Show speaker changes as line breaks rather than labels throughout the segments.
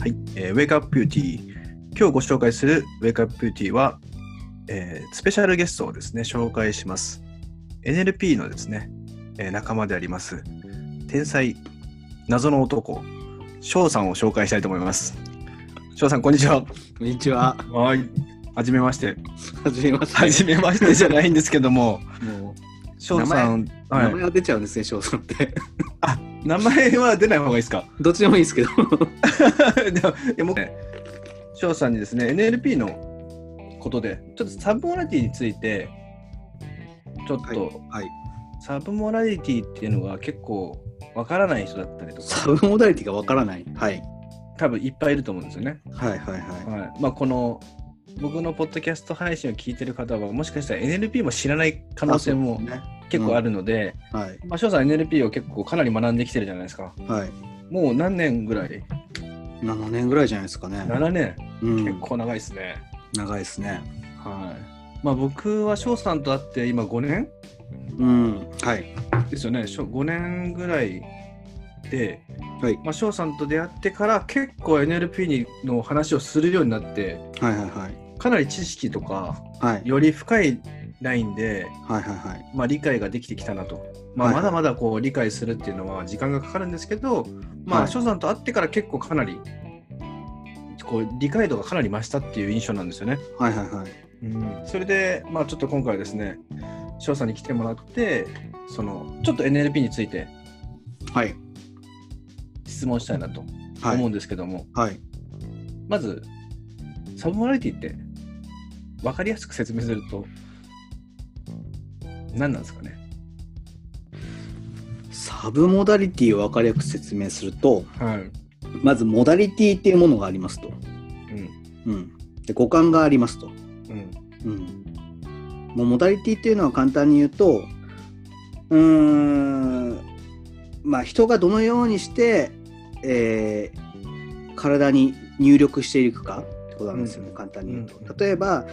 はい、えー、Wake Up Beauty 今日ご紹介する Wake Up Beauty は、えースペシャルゲストをですね紹介します NLP のですね、えー仲間であります天才謎の男翔さんを紹介したいと思います翔さんこんにちは
こんにちは。
はいはじめまして
はじめまして。
はじめましてじゃないんですけど も
も
翔さん
う、
は
名前
い、
が出ちゃうんですね、翔さんって。
あ名前は出ない方がいいですか
どっちでもいいですけど。
でもいやもうね翔さんにですね NLP のことでちょっとサブモラリティについてちょっと、
はい。
サブモラリティっていうのが結構わからない人だったりとか
サブモダリティがわからない。はい。
多分いっぱいいると思うんですよね。
はいはいは
はいまあ、この僕のポッドキャスト配信を聞いてる方はもしかしたら NLP も知らない可
い。
能性も
そうですね。
結構あるので
はい。
まあ翔、さん NLP を結構かなり学んできてるじゃないですか。
はい。
もう何年ぐらい
7年ぐらいじゃないですかね。
?7 年、
うん、
結構長いですね。
長いですね。
はい。まあ僕は翔さんと会って今5年
うん。はい。
ですよね。しょ5年ぐらいで、
はい
まあ翔さんと出会ってから結構 NLP にの話をするようになって、
はいはいはい。
かなり知識とか
はい。
より深いラインで、
はいはいはい。
まあ、理解ができてきたなと。まあ、
はい
まだまだこう理解するっていうのは時間がかかるんですけど、ま
は
あ、
い
翔さんと会ってから結構かなりこう理解度がかなり増したっていう印象なんですよね。
はいはいはい。
うん、それで、まあ、ちょっと今回はですね翔さんに来てもらってそのちょっと NLP について
はい。
質問したいなと
は
思う
い。
んですけども、
はい。
まずサブモラリティって分かりやすく説明すると何なんですかね
サブモダリティを分かりやすく説明すると、
はい、
まずモダリティっていうものがありますと。
うん
うん。で、五感がありますと。
うん
うん、もうモダリティっていうのは簡単に言うとうーんまあ人がどのようにして、えー体に入力していくかってことなんですよね、
うん
簡単に言うと。
うん
例えば、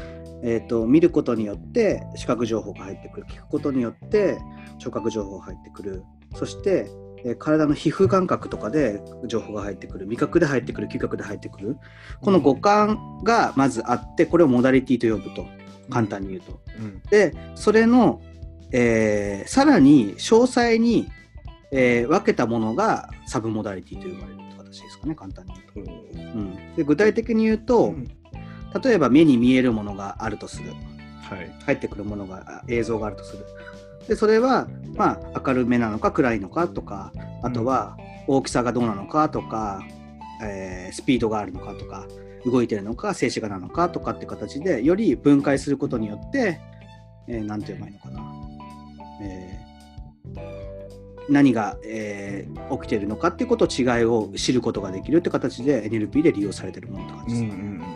えー、と見ることによって視覚情報が入ってくる聞くことによって聴覚情報が入ってくるそして、えー体の皮膚感覚とかで情報が入ってくる味覚で入ってくる嗅覚で入ってくるこの五感がまずあってこれをモダリティと呼ぶと簡単に言うと。
うん
でそれの、えーさらに詳細に、えー分けたものがサブモダリティと呼ばれるって形ですかね簡単に言うと。うん、で具体的に言うと、例えば目に見えるものがあるとする
はい
入ってくるものがあ映像があるとするでそれは、まあ、明るめなのか暗いのかとかあとは大きさがどうなのかとか、えースピードがあるのかとか動いてるのか静止画なのかとかって形でより分解することによって何、えーなんて言えばいいのかな、えー何が、えー起きてるのかっていうこと違いを知ることができるって形で NLP で利用されてるものって感
う
じ
んう
で
ん
す
う
かね、
ん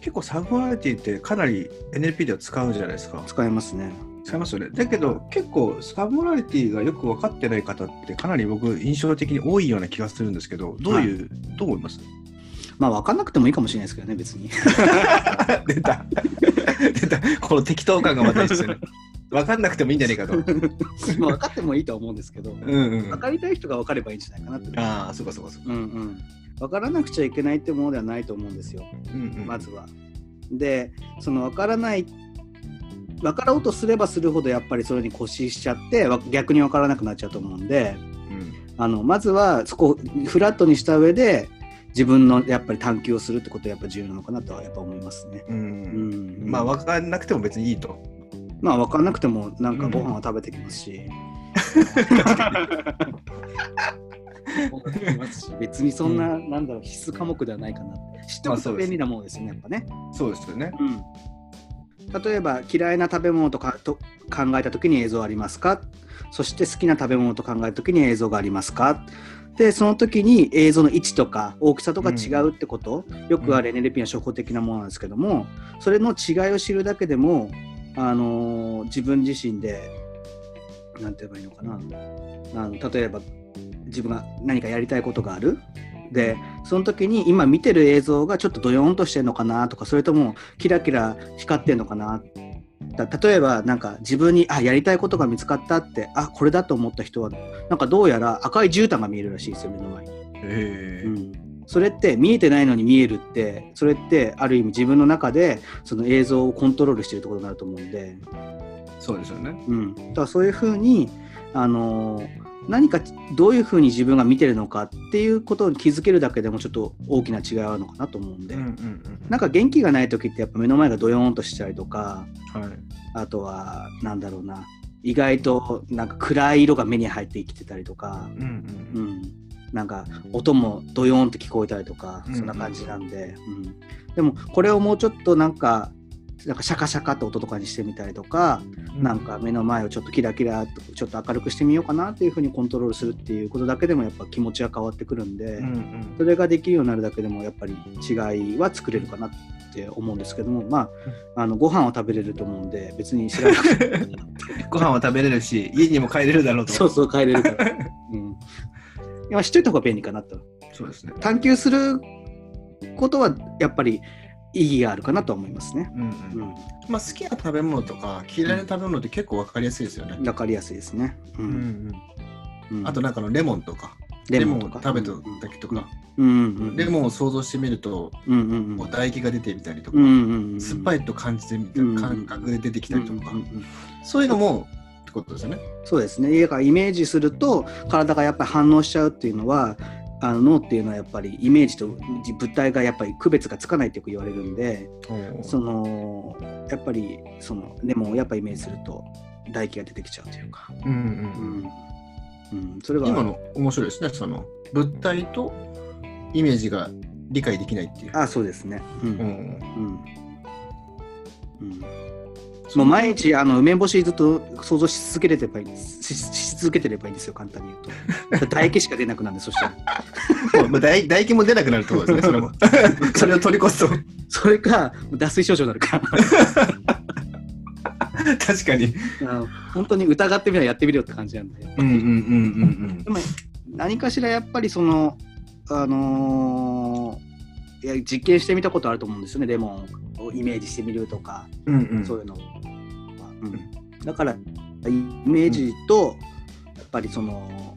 結構サブモラリティってかなり NLP では使うじゃないですか
使えますね。
使いますよねだけど結構サブモラリティがよく分かってない方ってかなり僕印象的に多いような気がするんですけどどういう、どう思います
まあ分かんなくてもいいかもしれないですけどね別に。
出た 出たこの適当感がまたいい ですよね分かんなくてもいいんじゃないかと
まあ分かってもいいとは思うんですけど、
うんう
分
ん
かりたい人が分かればいいんじゃないかなって。
ああそうかそうかそうか、
うんうん、分からなくちゃいけないってものではないと思うんですよ、
うんうん
まずは。で、その分からない、分かろうとすればするほどやっぱりそれに固執しちゃって、わ逆に分からなくなっちゃうと思うんで、
うん
あのまずはそこをフラットにした上で、自分のやっぱり探求をするってことがやっぱ重要なのかなとはやっぱ思いますね。
うん
うん、
まあ分かんなくても別にいいと
まあ分からなくてもなんかご飯は食べてきますし。ご飯食べてきますし 別にそんな、なんだろう必須科目ではないかなって知ってお
まあ
く
そう
と
です
便利なものですねやっぱね、
そうですよね
うん、例えば嫌いな食べ物とかと考えた時に映像ありますかそして好きな食べ物と考えた時に映像がありますかでその時に映像の位置とか大きさとか違うってこと、よくある NLP の初歩的なものなんですけども、それの違いを知るだけでも、あのー自分自身でなんて言えばいいのかなあの例えば自分が何かやりたいことがあるでその時に今見てる映像がちょっとドヨーンとしてるのかなとかそれともキラキラ光ってるのかなだ例えばなんか自分にあやりたいことが見つかったってあこれだと思った人はなんかどうやら赤い絨毯が見えるらしいですよ目の前に、
へえ
うん、それって見えてないのに見えるってそれってある意味自分の中でその映像をコントロールしてるってことになると思うんで、
そうですよね。
うん、だからそういうふうに、あの何かどういうふうに自分が見てるのかっていうことに気づけるだけでもちょっと大きな違いはあるのかなと思うんで、
うんうん
なんか元気がない時ってやっぱ目の前がドヨーンとしたりとか
うん。はい。
あとはなんだろうな意外となんか暗い色が目に入ってきてたりとか。
うんう
うんん、なんか音もドヨーンって聞こえたりとか
うん
そんな感じなんで、うんでもこれをもうちょっとなんかなんかシャカシャカって音とかにしてみたりとか、
うん。
なんか目の前をちょっとキラキラとちょっと明るくしてみようかなっていうふうにコントロールするっていうことだけでもやっぱ気持ちが変わってくるんで、
うんうん。
それができるようになるだけでもやっぱり違いは作れるかなって思うんですけどもまああのご飯は食べれると思うんで別 に知らなくても
ご飯は食べれるし、家にも帰れるだろうと。
そうそう変えれる から、うん、今知っといた方が便利かなと。
そうですね。
探求することはやっぱり意義があるかなとは思いますね。
うんうん。
う
まあ、好きな食べ物とか嫌いな食べ物って結構わかりやすいですよね
ん、。わかりやすいですね。う
うんん
う
うん
ん
あとなんかあのレモンとかレモンを食べた時とか、
うんうん、
レモンを想像してみると
うんうん
こう唾液が出てみたりとか、
うん、
酸っぱ
い
いと感じてみたい
うん
な感覚で出てきたりとか、
うんうんうん
そういうのもってことですよね。
そうですね。だからイメージすると体がやっぱり反応しちゃうっていうのはあの脳っていうのはやっぱりイメージと物体がやっぱり区別がつかないってよく言われるんでそのやっぱりそのレモンをやっぱイメージすると唾液が出てきちゃうというか。
うんうん
うんうん、それは
今の面白いですねその物体とイメージが理解できないっていう。
あそうですね。うん
う
うん
ん
うんもう毎日あの梅干しずっと想像し続けれてればいいんですししし続けてればいいんですよ簡単に言うとだ から唾液しか出なくなるんでそしたら
そうまあ、唾液唾液も出なくなるってことですね、それも。 それを取り越すと、
それか脱水症状になる から
確かに。
あの本当に疑ってみればやってみるよって感じなんで
うんうんうん
でも何かしらやっぱりそのあのーいや実験してみたことあると思うんですよねレモンをイメージしてみるとか
うんうん。うんうん
そういうのは、うんだからイメージとやっぱりその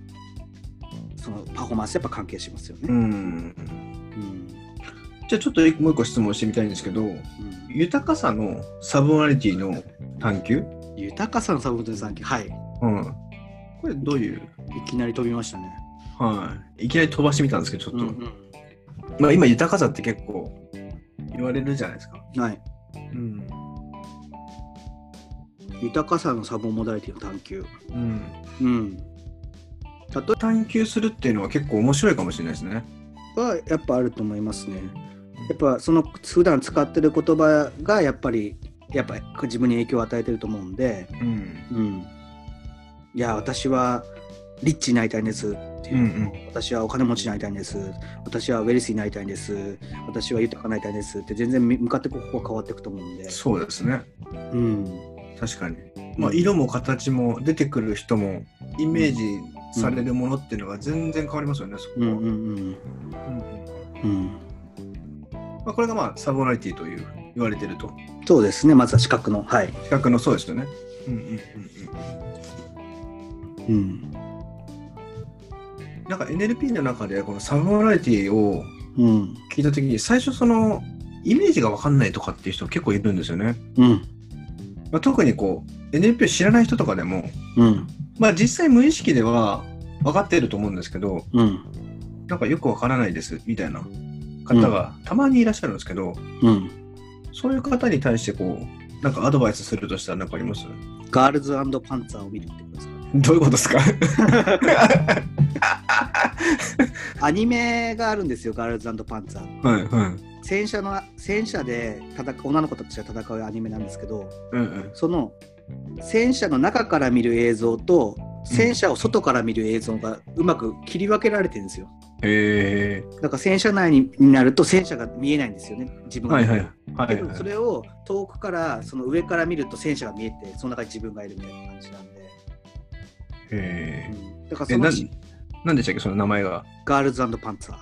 そのパフォーマンスやっぱ関係しますよ
う
ね。
ん
うん
じゃあちょっともう一個質問してみたいんですけど豊かさのサブナリティの探求、
うん豊かさのサボテンさんはいい
うん、これどういう、
きなり飛びましたね。
はい、いきなり飛ばしてみたんですけどちょっと、
うん
まあ、今豊かさって結構言われるじゃないですか、
うんはい、
うん
豊かさのサボモダリティの探求。
うん、
うん、例え
探求するっていうのは結構面白いかもしれないですね
ばやっぱあると思いますね。やっぱその普段使ってる言葉がやっぱりやっぱ自分に影響を与えてると思うんで。
うん
うん、いや私はリッチになりたいんですっていう、
うん
私はお金持ちになりたいんです私はウェルスになりたいんです私は豊かになりたいんですって全然向かってここが変わっていくと思うんで、
そうですね
うん、
確かに、まあ、色も形も出てくる人もイメージされるものっていうのが全然変わりますよねそこ
う
は、
んうん
うん
うんうん
まあ、これがまあサブナリティという言われてると
そうですねまずは資格のはい、
比較のそうですよね。うんうんうん
う
う
ん
ん、なんか NLP の中でこのサブナリティを
うん
聞いた時に最初そのイメージが分かんないとかっていう人結構いるんですよね。
うん
まあ、特にこう NLP を知らない人とかでも、
うん
まあ、実際無意識では分かっていると思うんですけど
うん
なんかよく分からないですみたいな方がたまにいらっしゃるんですけど、
うん
そういう方に対してこうなんかアドバイスするとしたら何かあります
ガールズパンツァーを見るってことですか
どういうことですか
アニメがあるんですよガールズパンツァー
はいはい。
戦車の戦車で戦う女の子たちが戦うアニメなんですけど、
うんうん
その戦車の中から見る映像と戦車を外から見る映像がうまく切り分けられてるんですよ。
へえ。
だから戦車内にになると戦車が見えないんですよね、自分が。
はいはい。は
け
い
ど
はい
それを遠くからその上から見ると戦車が見えてその中に自分がいるみたいな感じなんで、
へ
う
ー
ん、だから
え、
そ
な
の
ん、なんでしたっけ、その名前が。
ガールズパンツァ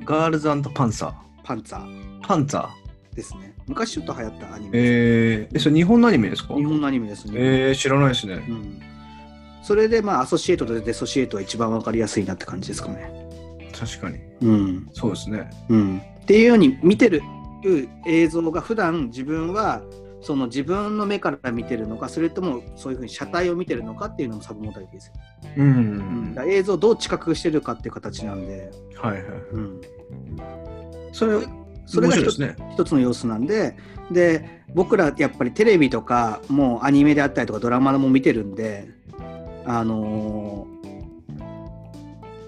ー
ガールズパンサー。
パンツァー
パンツァー。
ですね昔ちょっと流行ったアニメです、
えー、え、それ日本のアニメですか
日本のアニメですね、
えー、知らないですね。
うん、それでまあアソシエイトとデソシエイトは一番わかりやすいなって感じですかね
確かに。
うん
そうですね。
うん、っていうように見てる映像が普段自分はその自分の目から見てるのかそれともそういうふうに車体を見てるのかっていうのもサブモータリティですよ、
う
うん
ん。
だから映像をどう知覚してるかっていう形なんで、
はいはいはい。
うん、
それ、
それが
面白いで
一つ
すね。
一つの様子なんでで僕らやっぱりテレビとかもうアニメであったりとかドラマも見てるんであのー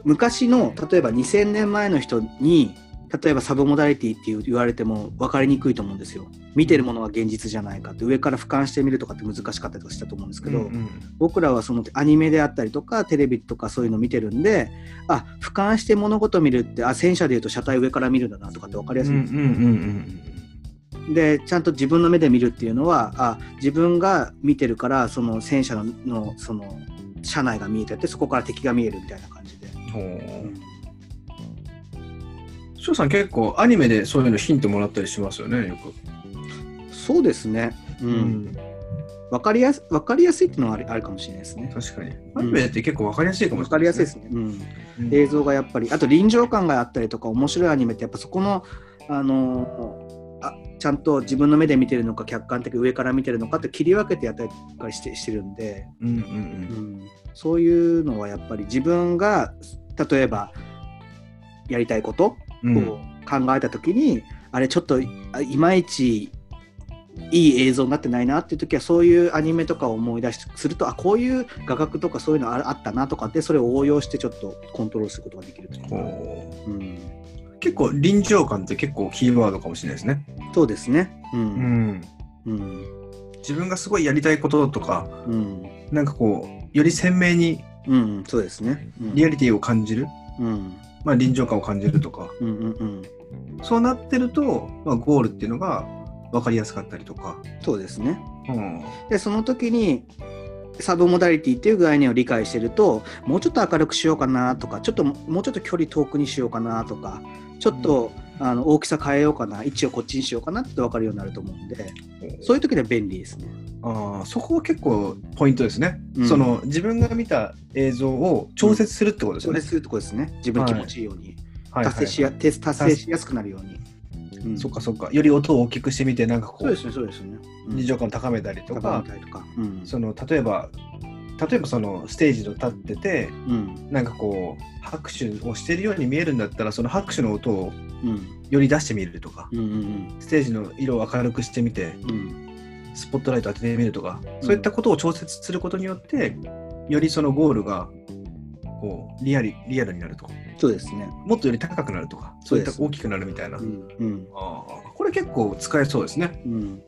昔の例えば2000年前の人に例えばサブモダリティっていう言われても分かりにくいと思うんですよ見てるものは現実じゃないかって上から俯瞰してみるとかって難しかったりとかしたと思うんですけど、
うんうん
僕らはそのアニメであったりとかテレビとかそういうの見てるんであ俯瞰して物事見るってあ戦車でいうと車体上から見るんだなとかって分かりや
う
すい
ん
ん
う
ですよ
んうん
でちゃんと自分の目で見るっていうのはあ自分が見てるからその戦車ののその車内が見えててそこから敵が見えるみたいな感じで、
うん。ほう。翔さん結構アニメでそういうのヒントもらったりしますよね、よく。
そうですね、うん
うん。
分かりやす分かりやすいっていうのはあるあるかもしれないですね
確かに。アニメって結構わかりやすいかも
分
し
か
れ
り
な
や
い
すい
で
ですす
ね。
ね、うん、
うん
映像がやっぱりあと臨場感があったりとか面白いアニメってやっぱそこのあのあちゃんと自分の目で見てるのか客観的上から見てるのかって切り分けてやったりとかしてしてるんで、
うんうん
そういうのはやっぱり自分が例えばやりたいことを
うん。うん
考えた時に、あれちょっとあいまいちいい映像になってないなっていう時はそういうアニメとかを思い出しするとあこういう画角とかそういうのああったなとかってそれを応用してちょっとコントロールすることができるというか、
ほ
うん、
う結構臨場感って結構キーワードかもしれないですね。
そうですね。う
うんん。
うん
自分がすごいやりたいこととか、
うん
なんかこう、より鮮明に
うん、そうですね。うん
リアリティを感じる、
うん
まあ、臨場感を感じるとか、
うんうんうん、
そうなってると、まあ、ゴールっていうのが分かりやすかったりとか。
そうですね。
うん。
でその時にサブモダリティっていう概念を理解してるともうちょっと明るくしようかなとかちょっともうちょっと距離遠くにしようかなとかちょっと、あの大きさ変えようかな位置をこっちにしようかなって分かるようになると思うんでそういう時で便利ですね。
あーそこは結構ポイントですね、
うん
その自分が見た映像を調節するってことです
そ
よね
れ。するとこですね自分に気持ちいいように、
はいはい
達成しや達成しやすくなるように。うん
そっかそっか。より音を大きくしてみて、なんかこ
そう
う
で、すねそうですね。うん
臨場感を高めたりと
高
か
め、たりとか。うん
その例えば、例えばそのステージの立ってて、
うん
なんかこう、拍手をしてるように見えるんだったら、その拍手の音を
うん
より出してみるとか、
うんうん
ステージの色を明るくしてみて、
うんうん
スポットライト当ててみるとか、
ん
そういったことを調節することによって、よりそのゴールがこうリアリリアルになるとか、
そうですね。
もっとより高くなるとか、そ
そうう
いっ
です
た大きくなるみたいな。
うんうん
あーこれ結構使えそうですね。
うん、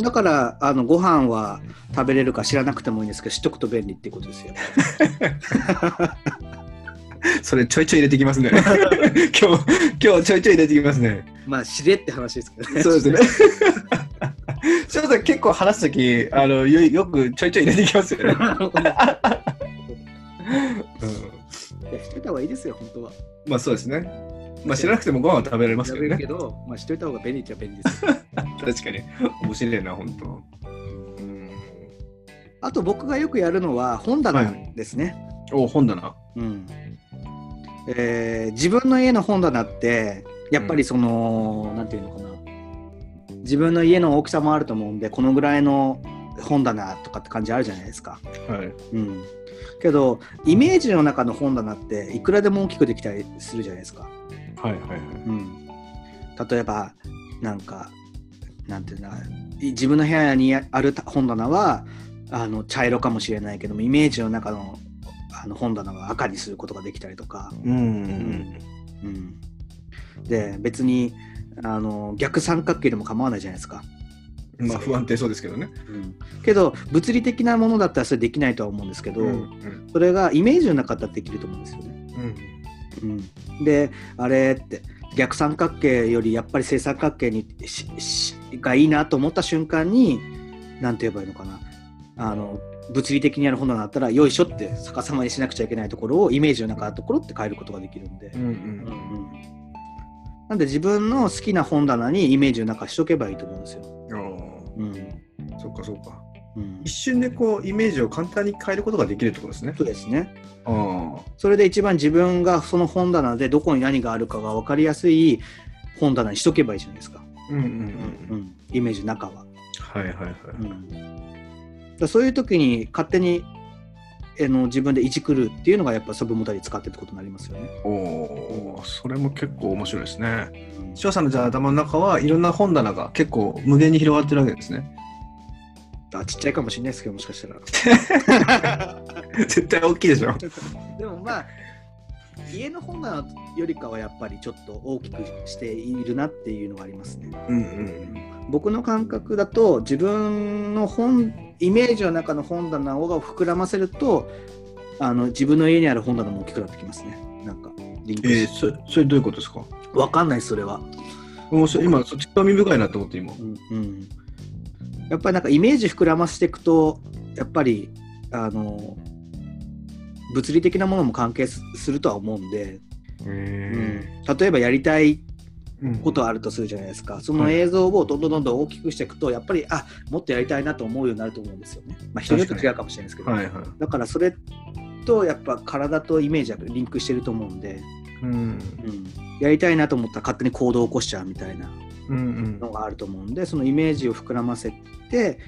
だからあのご飯は食べれるか知らなくてもいいんですけど知っとくと便利っていうことで すよ。
それちょいちょい入れてきますね。 今日、今日ちょいちょい入れてきますね。
まあ知れって話ですけどね。
そうですね。 翔さん結構話すとき、あのよよくちょいちょい入れてきますよね。うん
いや知っといた方がいいですよ本当は。
まあそうですね。まあ知らなくてもご飯は食べられますけ
食べ
ど
る
ね
け。ど、まあ知っといた方が便利っちゃ便利ですよ。
確かに。面白いな、本当。うん
あと僕がよくやるのは本棚ですね。
お本棚。
うんえー自分の家の本棚ってやっぱりその、なんていうのかな自分の家の大きさもあると思うんでこのぐらいの本棚とかって感じあるじゃないですか。
はい。
うん、けどイメージの中の本棚っていくらでも大きくできたりするじゃないですか、
はいはいはい。
うん、例えばなんかなんていうんだい自分の部屋にある本棚はあの茶色かもしれないけどもイメージの中のあの本棚は赤にすることができたりとか、
うん。
うん、で別にあの逆三角形でも構わないじゃないですか、
まあ不安定そうですけどね。
うん、けど物理的なものだったらそれできないとは思うんですけど、
うん。
それがイメージの中だったらできると思うんですよね。
うん。
うん、であれって逆三角形よりやっぱり正三角形にししがいいなと思った瞬間に何て言えばいいのかなあの物理的にある本棚だったらよいしょって逆さまにしなくちゃいけないところをイメージの中のところって変えることができるんで
う、んうん。
なんで自分の好きな本棚にイメージの中しとけばいいと思うんですよ。
ああ、
うん
そっかそっか。
うん
一、瞬でこうイメージを簡単に変えることができるってことですね
そう。ですね。
うん
それで一番自分がその本棚でどこに何があるかが分かりやすい本棚にしとけばいいじゃないですか。
うんうんう。
うんん、イメージの中は。
はいはいはい。
うん、だからそういう時に勝手にあの自分でいじくるっていうのがやっぱサブモダリ使ってってことになりますよね。
おお、それも結構面白いですね。
うん
翔さんのじゃあ頭の中はいろんな本棚が結構無限に広がってるわけですね。
あちっちゃいかもしれないですけどもしかしたら。
絶対大きいでしょ。
でもまあ家の本棚よりかはやっぱりちょっと大きくしているなっていうのがありますね。
うんうん。
僕の感覚だと自分の本イメージの中の本棚を膨らませるとあの自分の家にある本棚も大きくなってきますね。なんかリンク
えー、
し
そそれどういうことですか
わかんないそれは。
もうそ今、そっち興味深いなと思って今。
うんうん、やっぱりなんかイメージ膨らませていくとやっぱりあの物理的なものも関係すするとは思うんで、
へ
うん例えばやりたい
え。
ことあるとするじゃないですかその映像をどんどんどんどん大きくしていくとやっぱりあもっとやりたいなと思うようになると思うんですよね、まあ、人によって違うかもしれないですけど、
はいはい。
だからそれとやっぱ体とイメージはリンクしてると思うんで、
うん。
うん、やりたいなと思ったら勝手に行動を起こしちゃうみたいな
うんうん
のがあると思うんでそのイメージを膨らませて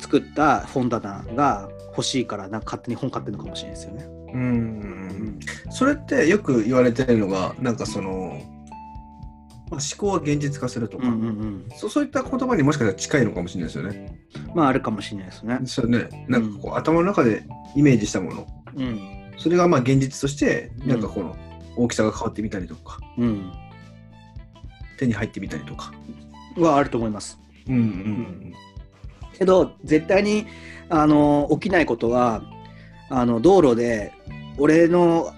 作った本棚が欲しいからなんか勝手に本買ってるのかもしれないですよね。
うんうん。それってよく言われてるのが、なんかその、まあ、思考は現実化すると
うん
か、
うんうん、
そそういった言葉にもしかしたら近いのかもしれないですよね。
まああるかもしれないですね。
そうね。なんかこう、頭の中でイメージしたもの。
うん
それがまあ現実としてなんかこの大きさが変わってみたりとか、
うん、
手に入ってみたりとか。
はあると思います。
うんうん
けど絶対にあの起きないことはあの道路で俺の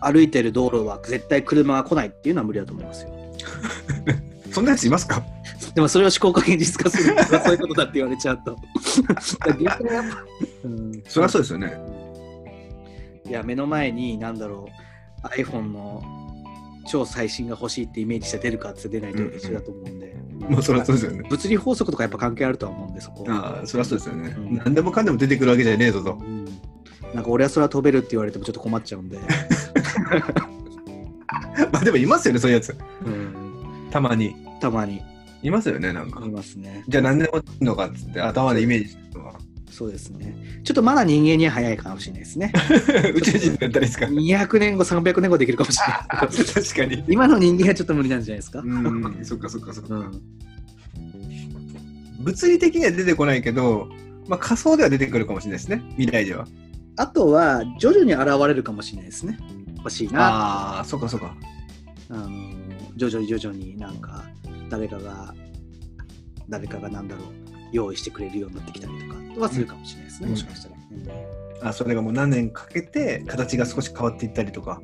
歩いてる道路は絶対車が来ないっていうのは無理だと思いますよ。
うん。そんなやついますか？
でもそれを思考が現実化するそういうことだって言われち ゃうと。だから逆にやっぱうん
そりゃそうですよね。
いや目の前に何だろう iPhone の超最新が欲しいってイメージして出るかって出ないと一緒だと思うんで、
まあそりゃそうですよね。
物理法則とかやっぱ関係あるとは思うんでそこは、
ああ、そりゃそうですよね
うん。
何でもかんでも出てくるわけじゃねえぞと
う。ん、なんか俺は空飛べるって言われてもちょっと困っちゃうん で、
まあでもいますよねそういうやつ。
うん、
たまに
たまに
いますよねなんか
い。ますね
じゃあ何でもいいのかっつって頭でイメージするのは。
そうですねちょっとまだ人間には早いかもしれないで すね
宇宙人だったりですか？
200年後300年後できるかもしれない
あ 確かに。
今の人間はちょっと無理なんじゃないですか、
うん、そっかそっかそっ
う
か。
ん
物理的には出てこないけど、まあ仮想では出てくるかもしれないですね。未来では。
あとは徐々に現れるかもしれないですね欲しいな
ああ、そっかそっか。
あの徐々に徐々になんか誰かが誰かがなんだろう用意してくれるようになってきたりとかはするかもしれないですね、
うん
もしかしたら、
あそれがもう何年かけて形が少し変わっていったりとか、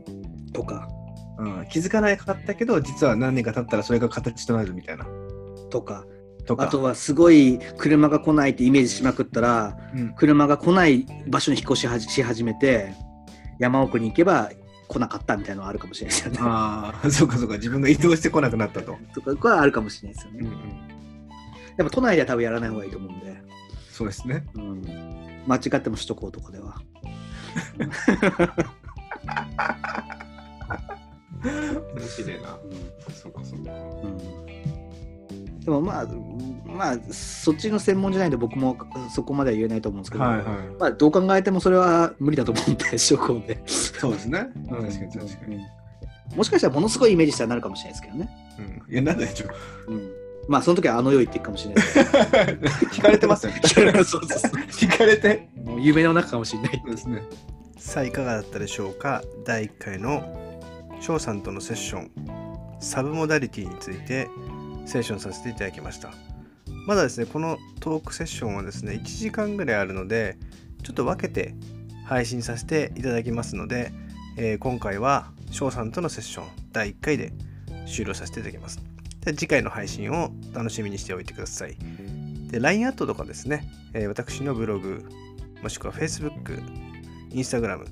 とか
うん、気づかなかったけど実は何年か経ったらそれが形となるみたいな
とか
とか
あとはすごい車が来ないってイメージしまくったら
うん
車が来ない場所に引っ越しはじし始めて山奥に行けば来なかったみたいなのはあるかもしれないですよね。
ああ そうかそうか自分が移動してこなくなったと、
とかこれはあるかもしれないですよ
うんう
ね。
ん、
やっぱ都内では多分やらない方がいいと思うんで、
そうですね
うん、間違っても首都高とかでは。
面白いな
うん
そうかそうか
うんでもまあ、うんまあ、そっちの専門じゃないんで僕もそこまでは言えないと思うんですけど、
はいはい
まあ、どう考えてもそれは無理だと思うんで、 証拠で。
そうですね確かに確かに、
うんもしかしたらものすごいイメージしたらなるかもしれないですけどね。
うん、いやなんでしょう
うんまあ、その時はあの世行っていくかもしれないです
聞かれてますよね
けど そうそうそ
聞かれて
うもう夢の中かもしれない。
そうですね。さあいかがだったでしょうか第1回の翔さんとのセッションサブモダリティについてセッションさせていただきましたまだですねこのトークセッションはですね1時間ぐらいあるのでちょっと分けて配信させていただきますので、えー今回は翔さんとのセッション第1回で終了させていただきますで次回の配信を楽しみにしておいてくださいで LINE アットとかですね、えー私のブログもしくは Facebook、Instagram、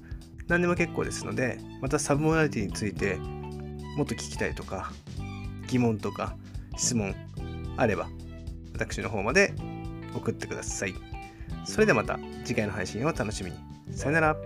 何でも結構ですので、またサブモダリティについてもっと聞きたいとか、疑問とか質問あれば、私の方まで送ってください。それではまた次回の配信を楽しみに。さよなら。